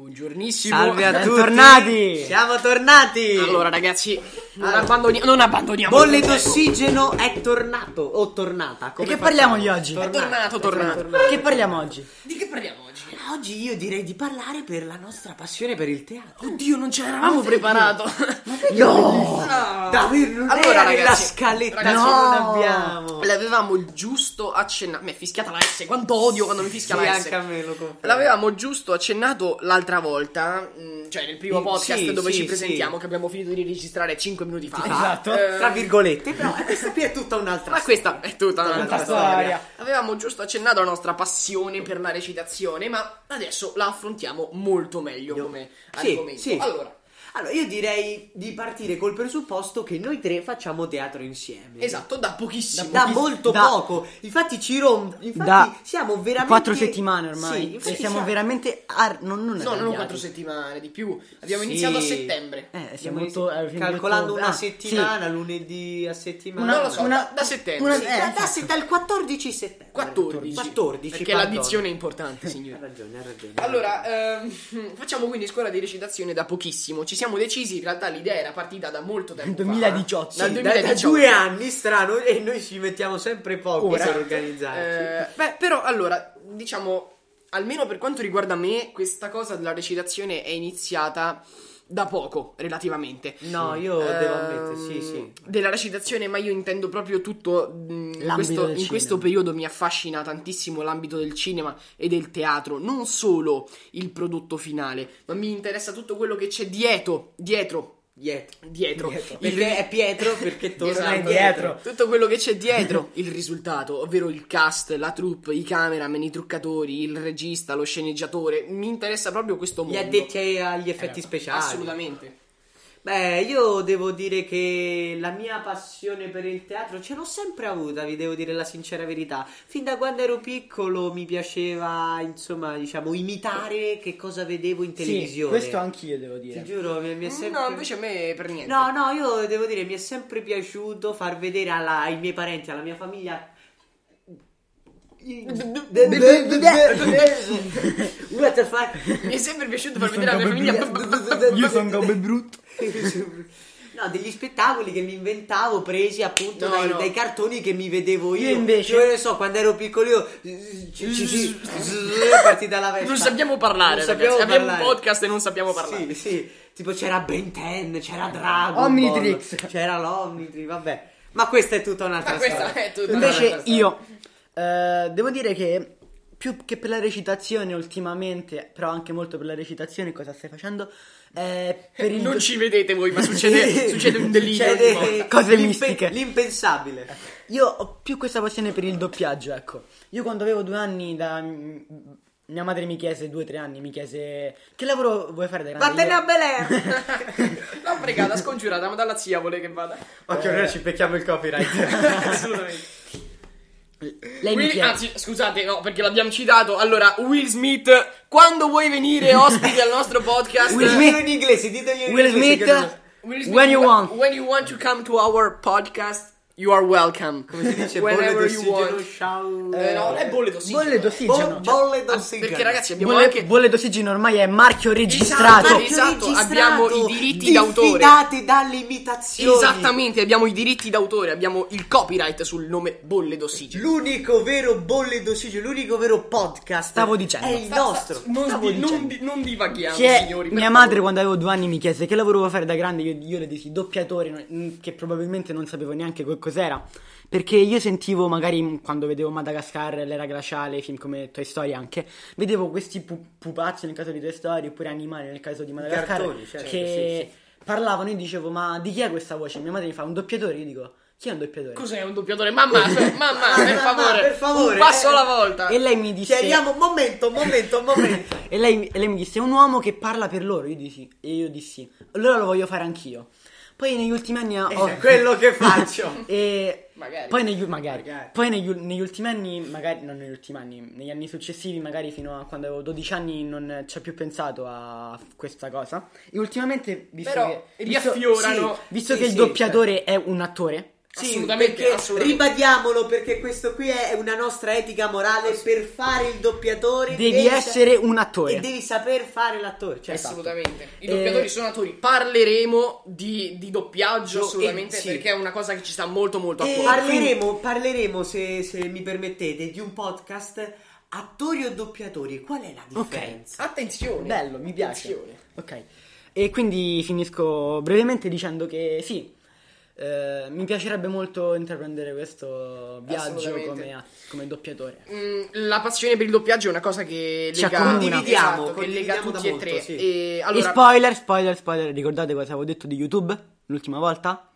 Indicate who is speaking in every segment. Speaker 1: Benissimo.
Speaker 2: Salve a tutti.
Speaker 3: Bentornati.
Speaker 2: Siamo tornati.
Speaker 1: Allora, ragazzi, non, abbandoni- non abbandoniamo.
Speaker 2: Bolle
Speaker 1: il progetto.
Speaker 2: d'ossigeno è tornato o tornata.
Speaker 3: E
Speaker 2: Come
Speaker 3: che
Speaker 2: facciamo?
Speaker 3: parliamo di oggi?
Speaker 1: È tornato, tornato.
Speaker 3: Che parliamo oggi?
Speaker 1: Di che parliamo oggi?
Speaker 2: Oggi io direi di parlare per la nostra passione per il teatro.
Speaker 1: Oddio, non ce l'eravamo preparato.
Speaker 2: No! Davvero, non
Speaker 1: Allora,
Speaker 2: era nella
Speaker 1: ragazzi,
Speaker 2: scaletta.
Speaker 1: ragazzi,
Speaker 2: no!
Speaker 3: non abbiamo.
Speaker 1: L'avevamo giusto accennato. Mi è fischiata la S. Quanto odio quando mi fischia
Speaker 2: Sì,
Speaker 1: la
Speaker 2: anche a
Speaker 1: S.
Speaker 2: me lo confermo.
Speaker 3: Ah,
Speaker 1: L'avevamo giusto accennato l'altra volta, mh, cioè nel primo
Speaker 2: Sì,
Speaker 1: podcast
Speaker 2: sì,
Speaker 1: dove
Speaker 2: sì,
Speaker 1: ci presentiamo,
Speaker 2: sì.
Speaker 1: che abbiamo finito di registrare 5 minuti fa.
Speaker 3: Esatto.
Speaker 1: Eh,
Speaker 2: Tra virgolette, però eh, questa qui è tutta un'altra
Speaker 1: ma questa è tutta un'altra
Speaker 3: un'altra
Speaker 1: storia.
Speaker 3: storia.
Speaker 1: Avevamo giusto accennato la nostra passione per la recitazione, ma adesso la affrontiamo molto meglio come
Speaker 2: Sì,
Speaker 1: argomento.
Speaker 2: sì.
Speaker 1: Allora,
Speaker 2: Allora, io direi di partire col presupposto che noi tre facciamo teatro insieme.
Speaker 1: esatto, da pochissimo.
Speaker 2: Da molto
Speaker 3: da-
Speaker 2: poco. Infatti, Ciro. Infatti,
Speaker 3: Da
Speaker 2: siamo veramente.
Speaker 3: Quattro settimane ormai.
Speaker 2: Sì, infatti
Speaker 3: e siamo
Speaker 2: siamo-
Speaker 3: veramente. ar- non, non
Speaker 1: No, non
Speaker 3: arrabbiati.
Speaker 1: quattro settimane, di più. Abbiamo
Speaker 2: Sì.
Speaker 1: iniziato a settembre.
Speaker 3: Eh,
Speaker 2: Siamo
Speaker 3: siamo molto.
Speaker 2: in-
Speaker 3: eh, fino
Speaker 2: calcolando
Speaker 3: all'ottobre.
Speaker 2: una
Speaker 3: Ah,
Speaker 2: settimana, lunedì a settimana.
Speaker 3: Una-
Speaker 1: non lo so,
Speaker 3: una-
Speaker 1: da, da settembre.
Speaker 3: una-
Speaker 1: sì.
Speaker 2: Sì,
Speaker 3: eh,
Speaker 2: da- da-
Speaker 3: infatti.
Speaker 2: dal 14 settembre.
Speaker 1: 14.
Speaker 2: 14.
Speaker 1: Perché
Speaker 2: pardon.
Speaker 1: l'addizione è importante, signore.
Speaker 2: Ha Eh, ragione, ha ragione.
Speaker 1: Allora, ehm, facciamo quindi scuola di recitazione da pochissimo. Ci siamo decisi, in realtà l'idea era partita da molto tempo
Speaker 3: Dal
Speaker 1: fa. eh.
Speaker 3: 2018.
Speaker 2: Sì,
Speaker 1: Dal
Speaker 2: da-
Speaker 1: 2018.
Speaker 2: da due anni, strano, e noi ci mettiamo sempre poco
Speaker 1: Ora.
Speaker 2: per organizzarci.
Speaker 1: Eh, beh, però allora, diciamo, almeno per quanto riguarda me, questa cosa della recitazione è iniziata da poco, relativamente.
Speaker 2: No, io devo ammettere, sì,
Speaker 1: Ehm,
Speaker 2: sì.
Speaker 1: Della recitazione, ma io intendo proprio tutto. mh, in
Speaker 3: L'ambito
Speaker 1: questo,
Speaker 3: del
Speaker 1: in
Speaker 3: cinema.
Speaker 1: questo periodo mi affascina tantissimo l'ambito del cinema e del teatro. Non solo il prodotto finale, ma mi interessa tutto quello che c'è dietro. Dietro.
Speaker 2: Dietro.
Speaker 1: Dietro.
Speaker 2: Dietro.
Speaker 1: Il
Speaker 2: Perché è Pietro, perché torna
Speaker 1: Esatto.
Speaker 3: indietro.
Speaker 1: Tutto quello che c'è dietro il risultato, ovvero il cast, la troupe, i cameraman, i truccatori, il regista, lo sceneggiatore. Mi interessa proprio questo
Speaker 2: Gli
Speaker 1: mondo.
Speaker 2: addetti ai- agli
Speaker 3: Esatto.
Speaker 2: effetti speciali.
Speaker 1: Assolutamente.
Speaker 2: Beh, io devo dire che la mia passione per il teatro ce l'ho sempre avuta, vi devo dire la sincera verità. Fin da quando ero piccolo mi piaceva, insomma, diciamo, imitare che cosa vedevo in
Speaker 3: Sì,
Speaker 2: televisione.
Speaker 3: questo anch'io devo dire.
Speaker 2: Ti giuro, mi, mi è sempre...
Speaker 1: Eh, Mm, No, invece a me per niente.
Speaker 2: No, no, io devo dire, mi è sempre piaciuto far vedere alla- ai miei parenti, alla mia famiglia. What the fuck?
Speaker 1: Mi è sempre piaciuto far vedere la mia famiglia.
Speaker 3: Io sono come brutto.
Speaker 2: No, degli spettacoli che mi inventavo presi appunto
Speaker 1: No,
Speaker 2: dai,
Speaker 1: no.
Speaker 2: dai cartoni che mi vedevo io.
Speaker 3: Io invece-
Speaker 2: Cioè, ne so, quando ero piccolo io. ci- ci- ci- È partita la veste.
Speaker 1: Non sappiamo parlare, ragazzi.
Speaker 2: Non sappiamo
Speaker 1: Abbiamo un
Speaker 2: parlare.
Speaker 1: podcast e non sappiamo parlare.
Speaker 2: Sì, sì. Tipo c'era Ben 10, c'era Dragon.
Speaker 3: Omnitrix.
Speaker 2: Ball, c'era l'Omnitrix, vabbè. Ma Ah, questa è tutta un'altra
Speaker 1: Ma questa
Speaker 2: storia.
Speaker 1: è tutta
Speaker 3: Esatto. Invece
Speaker 1: un'altra storia.
Speaker 3: io eh, devo dire che più che per la recitazione ultimamente, però anche molto per la recitazione, cosa stai facendo? Eh, per il
Speaker 1: Non ci vedete voi, ma succede, succede un delirio. ogni volta.
Speaker 2: Succede
Speaker 3: Cose
Speaker 2: l'impe-
Speaker 3: mistiche.
Speaker 2: L'impensabile.
Speaker 3: Io ho più questa passione per il doppiaggio, ecco. Io quando avevo due anni da... mm, Mia madre mi chiese, due o tre anni, mi chiese... Che lavoro vuoi fare da grande?
Speaker 2: Vattene
Speaker 3: Io-
Speaker 2: a Belè.
Speaker 1: L'ho pregata, scongiurata, ma dalla zia vuole che vada.
Speaker 2: Occhio, noi ci becchiamo il copyright.
Speaker 1: Assolutamente.
Speaker 3: Lei mi
Speaker 1: Will-
Speaker 3: chiede...
Speaker 1: anzi, scusate, no, perché l'abbiamo citato. Allora, Will Smith, quando vuoi venire ospite al nostro podcast?
Speaker 3: Will Smith-
Speaker 2: Ditelo in inglese, ditelo in
Speaker 3: Will
Speaker 2: inglese. che non lo so.
Speaker 3: Smith,
Speaker 1: Will Smith,
Speaker 3: when you want.
Speaker 1: When you want to come to our podcast, you are welcome.
Speaker 2: Come si dice?
Speaker 1: Whenever
Speaker 2: bolle
Speaker 1: you
Speaker 2: d'ossigeno,
Speaker 1: want.
Speaker 2: shall-
Speaker 1: Eh, no, è bolle d'ossigeno.
Speaker 3: Bolle
Speaker 2: Bo-
Speaker 3: d'ossigeno.
Speaker 2: bolle
Speaker 1: Ah,
Speaker 2: d'ossigeno.
Speaker 1: Perché ragazzi abbiamo
Speaker 3: Bolle,
Speaker 1: anche...
Speaker 3: bolle d'ossigeno ormai è marchio
Speaker 1: Esatto,
Speaker 3: registrato.
Speaker 1: Marchio esatto, abbiamo i diritti d'autore.
Speaker 2: Diffidate dalle imitazioni.
Speaker 1: Esattamente, abbiamo i diritti d'autore, abbiamo il copyright sul nome bolle d'ossigeno.
Speaker 2: L'unico vero bolle d'ossigeno, l'unico vero podcast.
Speaker 3: Stavo dicendo.
Speaker 2: È il nostro.
Speaker 1: Non,
Speaker 3: Stavo
Speaker 1: di- non,
Speaker 3: dicendo.
Speaker 1: di- non divaghiamo,
Speaker 3: Che
Speaker 1: signori. per
Speaker 3: mia madre
Speaker 1: favore.
Speaker 3: quando avevo due anni mi chiese che lavoro volevo fare da grande, io, io le dissi doppiatore, no- mm, che probabilmente non sapevo neanche che cos'era, perché io sentivo magari mm, quando vedevo Madagascar, l'era glaciale, film come Toy Story anche, vedevo questi pu- pupazzi nel caso di Toy Story oppure animali nel caso di Madagascar
Speaker 2: cartoni, certo,
Speaker 3: che parlavano, io dicevo ma di chi è questa voce? Mia madre mi fa un doppiatore, io dico chi è un doppiatore?
Speaker 1: Cos'è un doppiatore? Mamma, mamma, per
Speaker 2: Mamma,
Speaker 1: favore,
Speaker 2: per favore,
Speaker 1: un passo
Speaker 2: eh.
Speaker 1: alla volta.
Speaker 3: E lei mi disse...
Speaker 1: Cioè,
Speaker 2: Chiariamo un momento, un momento, un momento.
Speaker 3: E lei, e lei mi disse: È un uomo che parla per loro. Io dissi, e io dissi: Allora lo voglio fare anch'io. Poi negli ultimi anni ho.
Speaker 2: È Eh, quello che faccio.
Speaker 3: E
Speaker 1: Magari.
Speaker 3: Poi negli, magari.
Speaker 2: Magari.
Speaker 3: Poi negli, ul- negli ultimi anni, magari non negli ultimi anni, negli anni successivi, magari fino a quando avevo 12 anni, non ci ho più pensato a questa cosa. E ultimamente, visto
Speaker 1: Però
Speaker 3: che. visto-
Speaker 1: riaffiorano.
Speaker 3: sì, visto
Speaker 2: Sì, certo.
Speaker 3: che il
Speaker 2: sì,
Speaker 3: doppiatore è un attore.
Speaker 2: Sì,
Speaker 1: Assolutamente,
Speaker 2: perché-
Speaker 1: assolutamente.
Speaker 2: Ribadiamolo perché questo qui è una nostra etica morale. Per fare il doppiatore
Speaker 3: Devi
Speaker 2: sa-
Speaker 3: essere un attore.
Speaker 2: e devi saper fare l'attore. Cioè,
Speaker 1: Assolutamente. I
Speaker 3: Eh,
Speaker 1: doppiatori sono attori. Parleremo di, di doppiaggio assolutamente
Speaker 2: Eh, sì. Eh,
Speaker 1: perché è una cosa che ci sta molto molto a
Speaker 2: E
Speaker 1: cuore.
Speaker 2: parleremo, parleremo se, se mi permettete, di un podcast attori o doppiatori. Qual è la differenza?
Speaker 1: Attenzione.
Speaker 3: Bello, mi piace.
Speaker 1: Attenzione.
Speaker 3: Ok. E quindi finisco brevemente dicendo che sì, eh, mi piacerebbe molto intraprendere questo viaggio
Speaker 1: Assolutamente.
Speaker 3: come, a- come doppiatore.
Speaker 1: Mm, La passione per il doppiaggio è una cosa che
Speaker 3: Ci
Speaker 1: lega,
Speaker 3: accomuna.
Speaker 2: Condividiamo,
Speaker 1: esatto, che lega
Speaker 2: condividiamo da
Speaker 1: tutti e
Speaker 2: molto,
Speaker 1: tre.
Speaker 2: sì.
Speaker 1: E allora,
Speaker 3: E spoiler, spoiler, spoiler, ricordate cosa avevo detto di YouTube l'ultima volta?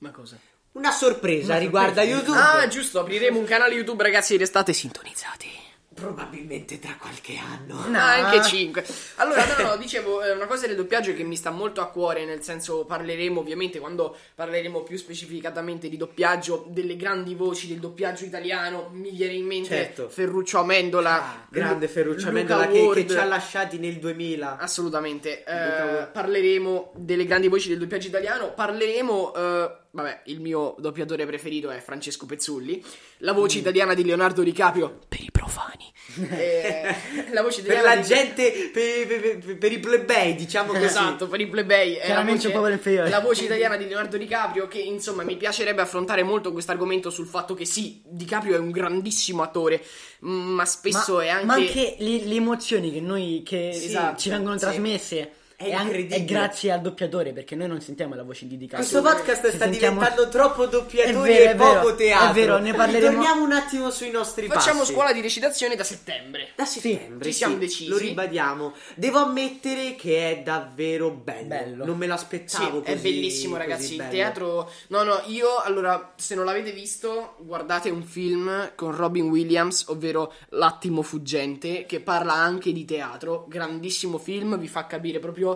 Speaker 1: ma cosa?
Speaker 2: Una sorpresa riguarda YouTube.
Speaker 1: Ah, giusto, apriremo un canale YouTube, ragazzi, restate sintonizzati.
Speaker 2: Probabilmente tra qualche anno.
Speaker 1: Anche 5. Allora, no, no, dicevo, eh, una cosa del doppiaggio che mi sta molto a cuore, nel senso parleremo ovviamente quando parleremo più specificatamente di doppiaggio, delle grandi voci del doppiaggio italiano, mi viene in mente
Speaker 2: Certo.
Speaker 1: Ferruccio Amendola,
Speaker 2: Ah, grande
Speaker 1: Lu-
Speaker 2: Ferruccio
Speaker 1: Luca
Speaker 2: Amendola che, che
Speaker 1: Ward.
Speaker 2: ci ha lasciati nel 2000.
Speaker 1: Assolutamente, Eh,
Speaker 2: Luca Ward.
Speaker 1: parleremo delle grandi voci del doppiaggio italiano, parleremo, eh, vabbè, il mio doppiatore preferito è Francesco Pezzulli, la
Speaker 2: Mm.
Speaker 1: voce italiana di Leonardo DiCaprio, per i profani, Eh, la voce
Speaker 2: Per
Speaker 1: italiana
Speaker 2: la
Speaker 1: di-
Speaker 2: gente, per, per- per- per i plebei, diciamo così.
Speaker 1: Esatto, per i plebei è la
Speaker 3: Eh, Chiaramente
Speaker 1: voce,
Speaker 3: un povero inferiore.
Speaker 1: la voce italiana di Leonardo DiCaprio che insomma mi piacerebbe affrontare molto questo argomento sul fatto che sì, DiCaprio è un grandissimo attore, mh, ma spesso
Speaker 3: ma,
Speaker 1: è anche...
Speaker 3: ma le, le emozioni che noi che esatto,
Speaker 1: Sì,
Speaker 3: ci vengono
Speaker 1: sì.
Speaker 3: trasmesse
Speaker 2: È
Speaker 3: e anche-
Speaker 2: incredibile.
Speaker 3: è grazie al doppiatore perché noi non sentiamo la voce di Di Castro.
Speaker 2: Questo podcast
Speaker 3: Ci
Speaker 2: sta
Speaker 3: sentiamo-
Speaker 2: diventando troppo doppiatori
Speaker 3: È vero,
Speaker 2: e
Speaker 3: è vero,
Speaker 2: poco teatro.
Speaker 3: è vero, ne parleremo-
Speaker 2: Torniamo un attimo sui nostri
Speaker 1: Facciamo
Speaker 2: passi.
Speaker 1: scuola di recitazione da settembre.
Speaker 2: da settembre.
Speaker 1: ci siamo decisi.
Speaker 2: Lo ribadiamo. Devo ammettere che è davvero bello.
Speaker 3: Bello.
Speaker 2: Non me
Speaker 1: Sì,
Speaker 2: l'aspettavo
Speaker 1: è
Speaker 2: così-
Speaker 1: bellissimo
Speaker 2: così
Speaker 1: ragazzi, il
Speaker 2: bello.
Speaker 1: teatro... No, no, io allora, se non l'avete visto, guardate un film con Robin Williams, ovvero L'attimo fuggente, che parla anche di teatro, grandissimo film, vi fa capire proprio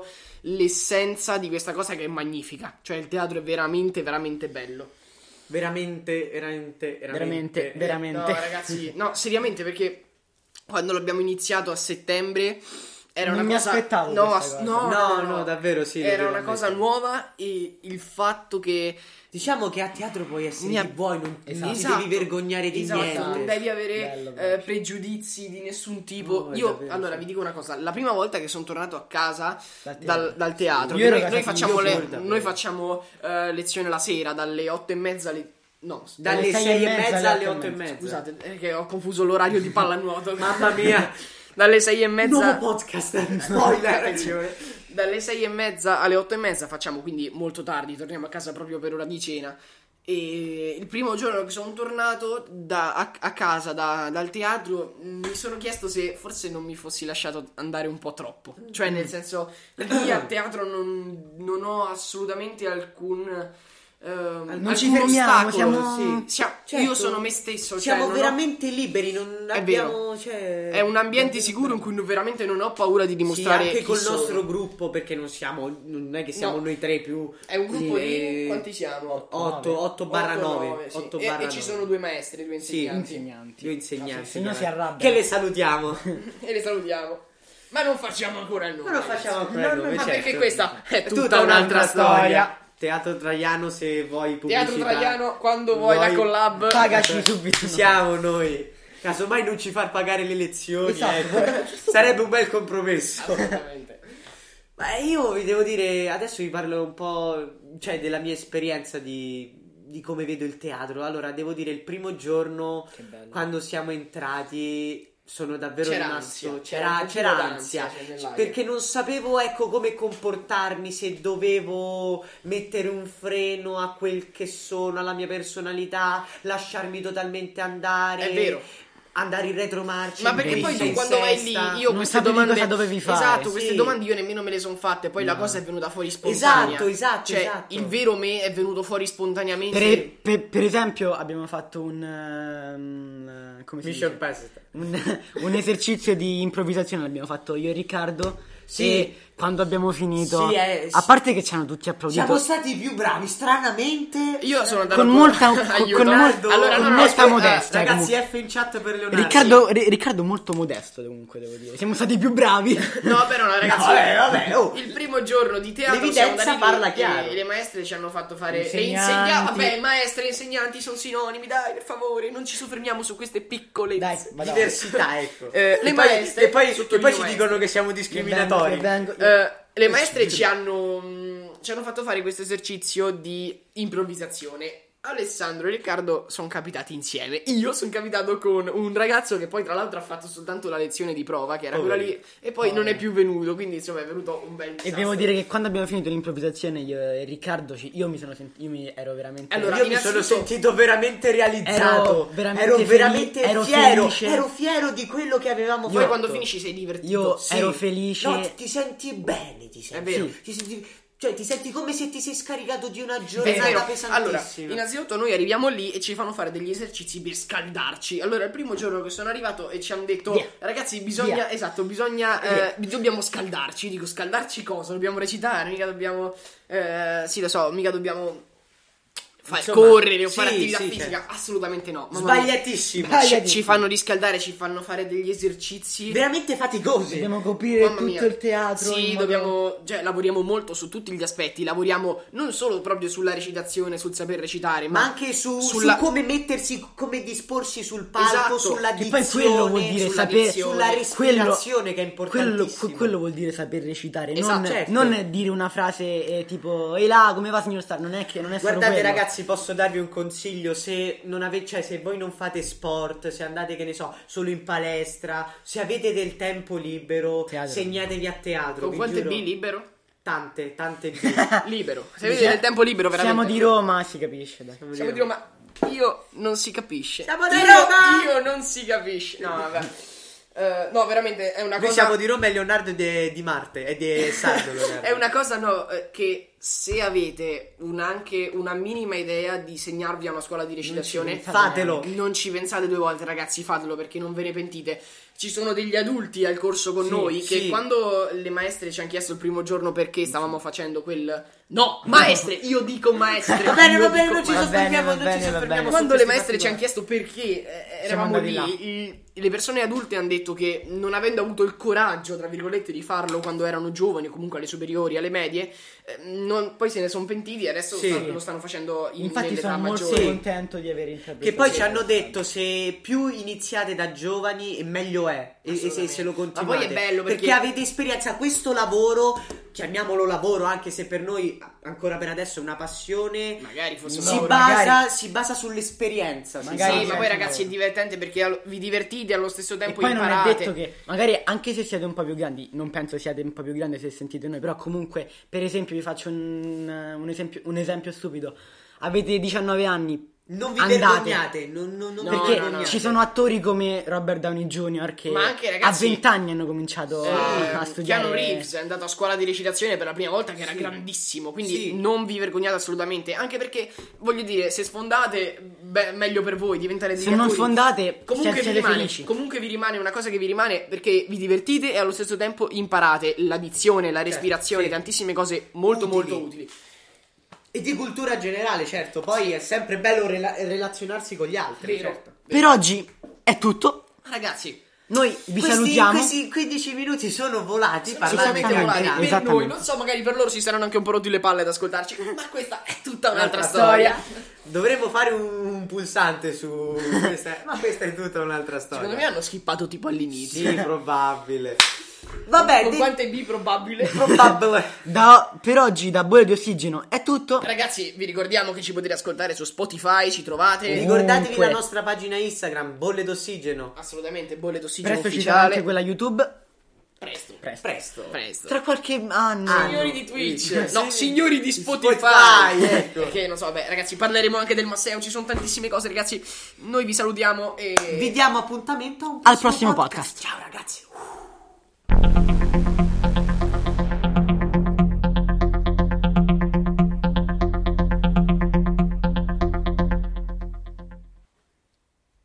Speaker 1: l'essenza di questa cosa che è magnifica, cioè il teatro è veramente, veramente bello.
Speaker 2: Veramente, veramente, eh, veramente.
Speaker 3: Veramente, veramente.
Speaker 1: No, ragazzi, no, seriamente perché quando l'abbiamo iniziato a settembre era
Speaker 3: Non
Speaker 1: una
Speaker 3: mi
Speaker 1: cosa
Speaker 3: aspettavo
Speaker 1: no,
Speaker 3: questa
Speaker 1: ass-
Speaker 3: cosa.
Speaker 1: No,
Speaker 2: No, no, davvero, sì,
Speaker 1: Era
Speaker 2: davvero,
Speaker 1: una cosa
Speaker 2: ammetto.
Speaker 1: nuova e il fatto che
Speaker 2: Diciamo che a teatro puoi essere
Speaker 1: Mi ha-
Speaker 2: chi vuoi, non, non
Speaker 1: Esatto.
Speaker 2: ti devi vergognare di
Speaker 1: Esatto,
Speaker 2: niente.
Speaker 1: Non devi avere
Speaker 3: Bello,
Speaker 1: eh,
Speaker 3: bello.
Speaker 1: pregiudizi di nessun tipo.
Speaker 2: No, è
Speaker 1: Io,
Speaker 2: davvero,
Speaker 1: allora,
Speaker 2: sì.
Speaker 1: vi dico una cosa: la prima volta che sono tornato a casa
Speaker 3: Dal teatro.
Speaker 1: dal, dal teatro,
Speaker 3: Io ero
Speaker 1: noi,
Speaker 3: a casa
Speaker 1: noi
Speaker 3: di
Speaker 1: facciamo,
Speaker 3: mio
Speaker 1: le-
Speaker 3: figlio, davvero.
Speaker 1: noi facciamo eh, lezione la sera dalle 8 e mezza alle. No, scusa,
Speaker 2: Dalle
Speaker 3: Dalle
Speaker 2: 6 e mezza alle 8 e mezza.
Speaker 3: Esatto.
Speaker 1: scusate, eh, che ho confuso l'orario di pallanuoto.
Speaker 2: Mamma mia.
Speaker 1: Dalle 6 e mezza.
Speaker 2: Nuovo podcast. Spoiler.
Speaker 1: Esatto. Attenzione. Dalle 6 e mezza alle 8 e mezza facciamo quindi molto tardi, torniamo a casa proprio per ora di cena. E il primo giorno che sono tornato da- a, a casa da- dal teatro mh, mi sono chiesto se forse non mi fossi lasciato andare un po' troppo. Cioè, nel senso, lì a teatro non, non ho assolutamente alcun. ehm,
Speaker 3: Non ci
Speaker 1: alcun
Speaker 3: fermiamo,
Speaker 1: ostacolo.
Speaker 3: siamo-
Speaker 1: Sì. Sia-
Speaker 2: Certo.
Speaker 1: Io sono me stesso. cioè,
Speaker 2: Siamo
Speaker 1: non ho-
Speaker 2: veramente liberi, non
Speaker 1: È
Speaker 2: abbiamo. Cioè...
Speaker 1: È un ambiente sicuro in cui non- veramente non ho paura di
Speaker 2: Sì,
Speaker 1: dimostrare.
Speaker 2: anche
Speaker 1: chi
Speaker 2: col
Speaker 1: sono.
Speaker 2: nostro gruppo, perché non siamo. Non è che siamo
Speaker 1: No.
Speaker 2: noi tre più.
Speaker 1: È un gruppo
Speaker 2: Eh,
Speaker 1: di quanti siamo?
Speaker 2: 8, 8 barra 9. 8
Speaker 1: e,
Speaker 2: barra
Speaker 1: e ci sono due maestre, due
Speaker 2: Sì.
Speaker 1: insegnanti.
Speaker 3: insegnanti.
Speaker 2: Io insegnanti.
Speaker 3: Se no si
Speaker 2: dai.
Speaker 3: arrabbia.
Speaker 2: che le salutiamo.
Speaker 1: E le salutiamo. Ma non facciamo ancora il nome.
Speaker 2: Non lo facciamo
Speaker 3: No,
Speaker 2: ancora.
Speaker 3: no,
Speaker 2: noi,
Speaker 1: Ma
Speaker 2: certo.
Speaker 1: perché questa è
Speaker 2: È
Speaker 1: tutta, un'altra, storia.
Speaker 2: Teatro Traiano, se vuoi pubblicità.
Speaker 1: Teatro Traiano, quando vuoi
Speaker 2: Vuoi-
Speaker 1: la collab.
Speaker 3: Pagaci subito.
Speaker 2: Ci siamo noi. Casomai non ci far pagare le lezioni.
Speaker 3: Esatto.
Speaker 2: ecco. Sarebbe un bel compromesso.
Speaker 1: Assolutamente.
Speaker 2: Ma io vi devo dire, adesso vi parlo un po', cioè, della mia esperienza di, di come vedo il teatro. Allora, devo dire, il primo giorno,
Speaker 3: Che bello.
Speaker 2: quando siamo entrati, sono davvero
Speaker 1: C'era
Speaker 2: rimasto...
Speaker 1: ansia, c'era
Speaker 2: c'era,
Speaker 1: un
Speaker 2: c'era
Speaker 1: pochino
Speaker 2: ansia,
Speaker 1: d'ansia, c'è nell'aria.
Speaker 2: perché non sapevo, ecco, come comportarmi, se dovevo mettere un freno a quel che sono, alla mia personalità, lasciarmi totalmente andare.
Speaker 1: È vero.
Speaker 2: Andare in retromarcia.
Speaker 1: Ma perché poi
Speaker 2: in
Speaker 1: tu
Speaker 2: in
Speaker 1: quando vai lì,
Speaker 2: sesta.
Speaker 1: io
Speaker 3: Non
Speaker 1: queste
Speaker 3: sapevi cosa
Speaker 1: domande
Speaker 3: dovevi fare.
Speaker 1: Esatto,
Speaker 2: Sì.
Speaker 1: queste domande io nemmeno me le sono fatte, poi la cosa è venuta fuori spontanea.
Speaker 2: Esatto, esatto,
Speaker 1: Cioè,
Speaker 2: esatto.
Speaker 1: il vero me è venuto fuori spontaneamente.
Speaker 3: Per, per- per esempio, abbiamo fatto un. ehm, come si
Speaker 2: Mission Pass.
Speaker 3: dice? un, un esercizio di improvvisazione l'abbiamo fatto io e Riccardo.
Speaker 2: Sì.
Speaker 3: E quando abbiamo finito.
Speaker 2: Sì, eh, sì.
Speaker 3: A parte che ci hanno tutti applaudito.
Speaker 2: Siamo stati più bravi, stranamente.
Speaker 1: Io sono andato
Speaker 3: Con
Speaker 1: a-
Speaker 3: molta-
Speaker 1: Aiuto.
Speaker 3: con molta-
Speaker 1: allora, no,
Speaker 3: con
Speaker 1: no,
Speaker 3: molta
Speaker 1: aspetta,
Speaker 3: modestia.
Speaker 2: Ragazzi,
Speaker 3: comunque.
Speaker 2: F in chat per Leonardo.
Speaker 3: Riccardo, Ri- Riccardo molto modesto comunque devo dire. Siamo stati più bravi.
Speaker 1: No, però no, ragazzi.
Speaker 2: vabbè, vabbè, oh.
Speaker 1: Il primo giorno di teatro
Speaker 2: L'evidenza
Speaker 1: siamo andati lì
Speaker 2: parla
Speaker 1: e-
Speaker 2: chiaro.
Speaker 1: E le maestre ci hanno fatto fare le
Speaker 3: Insegnanti.
Speaker 1: insegna- Vabbè, maestre e insegnanti sono sinonimi, dai, per favore, non ci soffermiamo su queste piccole.
Speaker 3: Dai, vado avanti.
Speaker 2: Diversità, ecco.
Speaker 1: Eh, le
Speaker 2: e,
Speaker 1: maestre-
Speaker 2: poi, e poi- e
Speaker 1: sottolineo
Speaker 2: poi ci
Speaker 1: maestre.
Speaker 2: dicono che siamo
Speaker 3: Io vengo, io
Speaker 2: discriminatori.
Speaker 3: vengo- io-
Speaker 1: Eh, le maestre ci hanno, mh, ci hanno fatto fare questo esercizio di improvvisazione. Alessandro e Riccardo sono capitati insieme. Io sono capitato con un ragazzo che poi, tra l'altro, ha fatto soltanto la lezione di prova, che era quella
Speaker 2: Poveri.
Speaker 1: lì, e poi non è più venuto. Quindi, insomma, è venuto un bel.
Speaker 3: E
Speaker 1: disastro.
Speaker 3: devo dire che quando abbiamo finito l'improvvisazione io e Riccardo, ci- io mi sono sent- io mi ero veramente...
Speaker 1: Allora,
Speaker 2: Io mi sono
Speaker 1: innanzitutto-
Speaker 2: sentito veramente realizzato.
Speaker 3: Ero veramente
Speaker 2: Ero
Speaker 3: felice,
Speaker 2: veramente
Speaker 3: ero
Speaker 2: fiero.
Speaker 3: felice.
Speaker 2: Ero fiero di quello che avevamo
Speaker 1: Poi
Speaker 2: fatto.
Speaker 1: quando finisci sei divertito.
Speaker 3: Io
Speaker 2: Sì.
Speaker 3: ero felice.
Speaker 2: No, ti- ti senti bene, ti senti.
Speaker 1: vero.
Speaker 2: Ti senti, cioè, ti senti come se ti sei scaricato di una
Speaker 1: È
Speaker 2: giornata
Speaker 1: vero. Allora,
Speaker 2: pesantissima.
Speaker 1: innanzitutto noi arriviamo lì e ci fanno fare degli esercizi per scaldarci. Allora, il primo giorno che sono arrivato e ci hanno detto:
Speaker 3: Via.
Speaker 1: Ragazzi, bisogna.
Speaker 3: Via.
Speaker 1: Esatto, bisogna. eh, dobbiamo scaldarci. Dico, scaldarci cosa? Dobbiamo recitare, mica dobbiamo. eh, sì, lo so, mica dobbiamo. fa-
Speaker 2: Insomma,
Speaker 1: correre o fare
Speaker 2: sì,
Speaker 1: attività
Speaker 2: sì,
Speaker 1: fisica. Assolutamente no. Mamma mia.
Speaker 2: Sbagliatissimo.
Speaker 3: Sbagli-
Speaker 1: Ci, ci fanno riscaldare, ci fanno fare degli esercizi.
Speaker 2: Veramente faticosi.
Speaker 3: Dobbiamo coprire
Speaker 1: Mamma
Speaker 3: tutto
Speaker 1: mia.
Speaker 3: il teatro. in
Speaker 1: Sì,
Speaker 3: modo-
Speaker 1: dobbiamo. Cioè, lavoriamo molto su tutti gli aspetti. Lavoriamo non solo proprio sulla recitazione, sul saper recitare, ma,
Speaker 2: ma anche su, su
Speaker 1: sulla-
Speaker 2: come mettersi, come disporsi sul palco,
Speaker 1: Esatto.
Speaker 2: sulla
Speaker 3: Che
Speaker 2: dizione,
Speaker 3: poi quello vuol dire
Speaker 2: sulla,
Speaker 3: sapere-
Speaker 2: sulla
Speaker 3: quello,
Speaker 2: respirazione che è
Speaker 3: quello,
Speaker 2: importantissimo.
Speaker 3: que- quello vuol dire saper recitare, non,
Speaker 2: Esatto, certo.
Speaker 3: non dire una frase eh, tipo "E là, come va signor Star?" Non è che non è solo
Speaker 2: Guardate
Speaker 3: quello.
Speaker 2: ragazzi, posso darvi un consiglio, se, non ave- cioè, se voi non fate sport, se andate che ne so, solo in palestra, se avete del tempo libero,
Speaker 3: Teatro.
Speaker 2: segnatevi a teatro.
Speaker 1: Con
Speaker 2: vi
Speaker 1: quante
Speaker 2: giuro.
Speaker 1: B libero?
Speaker 2: Tante, tante B.
Speaker 1: Libero. Se
Speaker 3: Dice-
Speaker 1: avete del tempo libero, veramente.
Speaker 3: Siamo di Roma, si capisce, dai.
Speaker 1: Siamo di Roma. Io non si capisce.
Speaker 2: Siamo di
Speaker 1: Io-
Speaker 2: Roma!
Speaker 1: Io non si capisce. No, vabbè. Eh, no, veramente è una
Speaker 2: Noi
Speaker 1: cosa.
Speaker 2: siamo di Roma e Leonardo è de- di Marte, è di Sardo Leonardo.
Speaker 1: È una cosa, no, eh, che se avete un- anche una minima idea di segnarvi a una scuola di recitazione,
Speaker 3: pensate
Speaker 2: Fatelo.
Speaker 1: Non ci pensate due volte, ragazzi, fatelo perché non ve ne pentite. Ci sono degli adulti al corso con
Speaker 2: Sì,
Speaker 1: noi che
Speaker 2: sì.
Speaker 1: quando le maestre ci hanno chiesto il primo giorno perché stavamo facendo quel no, maestre, io dico maestre.
Speaker 2: Va bene,
Speaker 1: io
Speaker 2: va bene,
Speaker 1: dico
Speaker 2: non ci
Speaker 3: va
Speaker 1: maestre.
Speaker 2: soffermiamo,
Speaker 3: bene, va
Speaker 2: non ci
Speaker 3: bene, va
Speaker 2: soffermiamo.
Speaker 3: bene.
Speaker 2: su
Speaker 1: Quando le
Speaker 2: questi
Speaker 1: maestre ci hanno
Speaker 2: particolari.
Speaker 1: chiesto perché eh,
Speaker 3: Siamo
Speaker 1: eravamo
Speaker 3: andati
Speaker 1: lì,
Speaker 3: là.
Speaker 1: il- le persone adulte hanno detto che non avendo avuto il coraggio, tra virgolette, di farlo quando erano giovani, comunque alle superiori, alle medie, eh, non- poi se ne sono pentiti e adesso
Speaker 2: Sì.
Speaker 1: lo stanno- lo stanno facendo in
Speaker 3: Infatti
Speaker 1: nell'età
Speaker 3: sono molto
Speaker 1: maggiore.
Speaker 3: contento di aver intrapreso.
Speaker 2: Che poi ci
Speaker 3: questo
Speaker 2: hanno
Speaker 3: viaggio.
Speaker 2: detto se più iniziate da giovani e meglio è e- e, se,
Speaker 1: Assolutamente.
Speaker 2: se lo
Speaker 1: Ma poi
Speaker 2: continuate.
Speaker 1: è bello perché-
Speaker 2: avete esperienza, questo lavoro, chiamiamolo lavoro anche se per noi ancora per adesso è una passione,
Speaker 1: Magari fosse un
Speaker 2: si,
Speaker 1: lavoro.
Speaker 2: basa,
Speaker 3: magari.
Speaker 2: si basa sull'esperienza. si
Speaker 3: Magari-
Speaker 2: sa.
Speaker 1: sì, ma
Speaker 3: cioè,
Speaker 1: poi
Speaker 3: sì,
Speaker 1: ragazzi è
Speaker 3: loro.
Speaker 1: divertente perché allo- vi divertite e allo stesso
Speaker 3: E
Speaker 1: tempo
Speaker 3: poi non è
Speaker 1: imparate.
Speaker 3: detto che, magari anche se siete un po' più grandi, non penso siate un po' più grandi se sentite noi, però comunque, per esempio, vi faccio un, un esempio, un esempio stupido. Avete 19 anni,
Speaker 2: Non vi
Speaker 3: Andate.
Speaker 2: vergognate, non, non, non
Speaker 1: No,
Speaker 3: perché
Speaker 1: no, no.
Speaker 3: ci sono attori come Robert Downey Jr. che
Speaker 1: Ma anche, ragazzi,
Speaker 3: a 20 anni hanno cominciato a, a
Speaker 1: Eh,
Speaker 3: studiare.
Speaker 1: Keanu Reeves è andato a scuola di recitazione per la prima volta che era grandissimo quindi
Speaker 2: Sì.
Speaker 1: non vi vergognate assolutamente anche perché voglio dire se sfondate beh, meglio per voi diventare degli
Speaker 3: Se non
Speaker 1: attori.
Speaker 3: sfondate, cioè,
Speaker 1: comunque
Speaker 3: siete
Speaker 1: vi, rimane,
Speaker 3: felici.
Speaker 1: comunque vi rimane una cosa che vi rimane perché vi divertite e allo stesso tempo imparate la dizione la
Speaker 3: Certo,
Speaker 1: respirazione
Speaker 2: sì.
Speaker 1: tantissime cose molto
Speaker 2: Utili.
Speaker 1: molto utili
Speaker 2: E di cultura generale, certo, poi è sempre bello rela- relazionarsi con gli altri,
Speaker 1: Vero.
Speaker 2: certo.
Speaker 3: Per oggi è tutto.
Speaker 1: ragazzi
Speaker 3: Noi vi
Speaker 2: questi,
Speaker 3: salutiamo.
Speaker 2: Questi 15 minuti sono volati, parlando
Speaker 1: Assolutamente
Speaker 2: di
Speaker 3: Esattamente,
Speaker 1: volati
Speaker 2: cagate.
Speaker 1: per noi,
Speaker 3: esattamente.
Speaker 1: non so, magari per loro ci saranno anche un po' rotti le palle ad ascoltarci, ma questa è tutta un'altra, storia.
Speaker 2: Dovremmo fare un, un pulsante su questa, ma questa è tutta un'altra storia.
Speaker 1: Secondo me hanno schippato tipo all'inizio.
Speaker 2: Sì, probabile. Vabbè,
Speaker 1: Con
Speaker 2: di-
Speaker 1: quante B probabile?
Speaker 2: probabile.
Speaker 3: Da- per oggi da Bolle di Ossigeno è tutto.
Speaker 1: Ragazzi, vi ricordiamo che ci potete ascoltare su Spotify, ci trovate.
Speaker 2: Ricordatevi
Speaker 3: Comunque.
Speaker 2: la nostra pagina Instagram, bolle d'ossigeno.
Speaker 1: Assolutamente, bolle d'ossigeno
Speaker 3: Presto ci sarà
Speaker 1: ufficiale.
Speaker 3: anche quella YouTube.
Speaker 1: Presto,
Speaker 3: Presto.
Speaker 2: Presto.
Speaker 1: presto.
Speaker 3: Tra qualche anno.
Speaker 2: Ah,
Speaker 1: Signori
Speaker 2: no.
Speaker 1: di Twitch,
Speaker 2: Sì.
Speaker 1: no,
Speaker 2: Sì.
Speaker 1: signori di
Speaker 2: Di
Speaker 1: Spotify.
Speaker 2: Spotify, ecco.
Speaker 1: Perché non so, vabbè, ragazzi, parleremo anche del Masseo. Ci sono tantissime cose, ragazzi. Noi vi salutiamo e
Speaker 2: Vi diamo appuntamento a un
Speaker 3: Al prossimo podcast.
Speaker 2: Ciao ragazzi.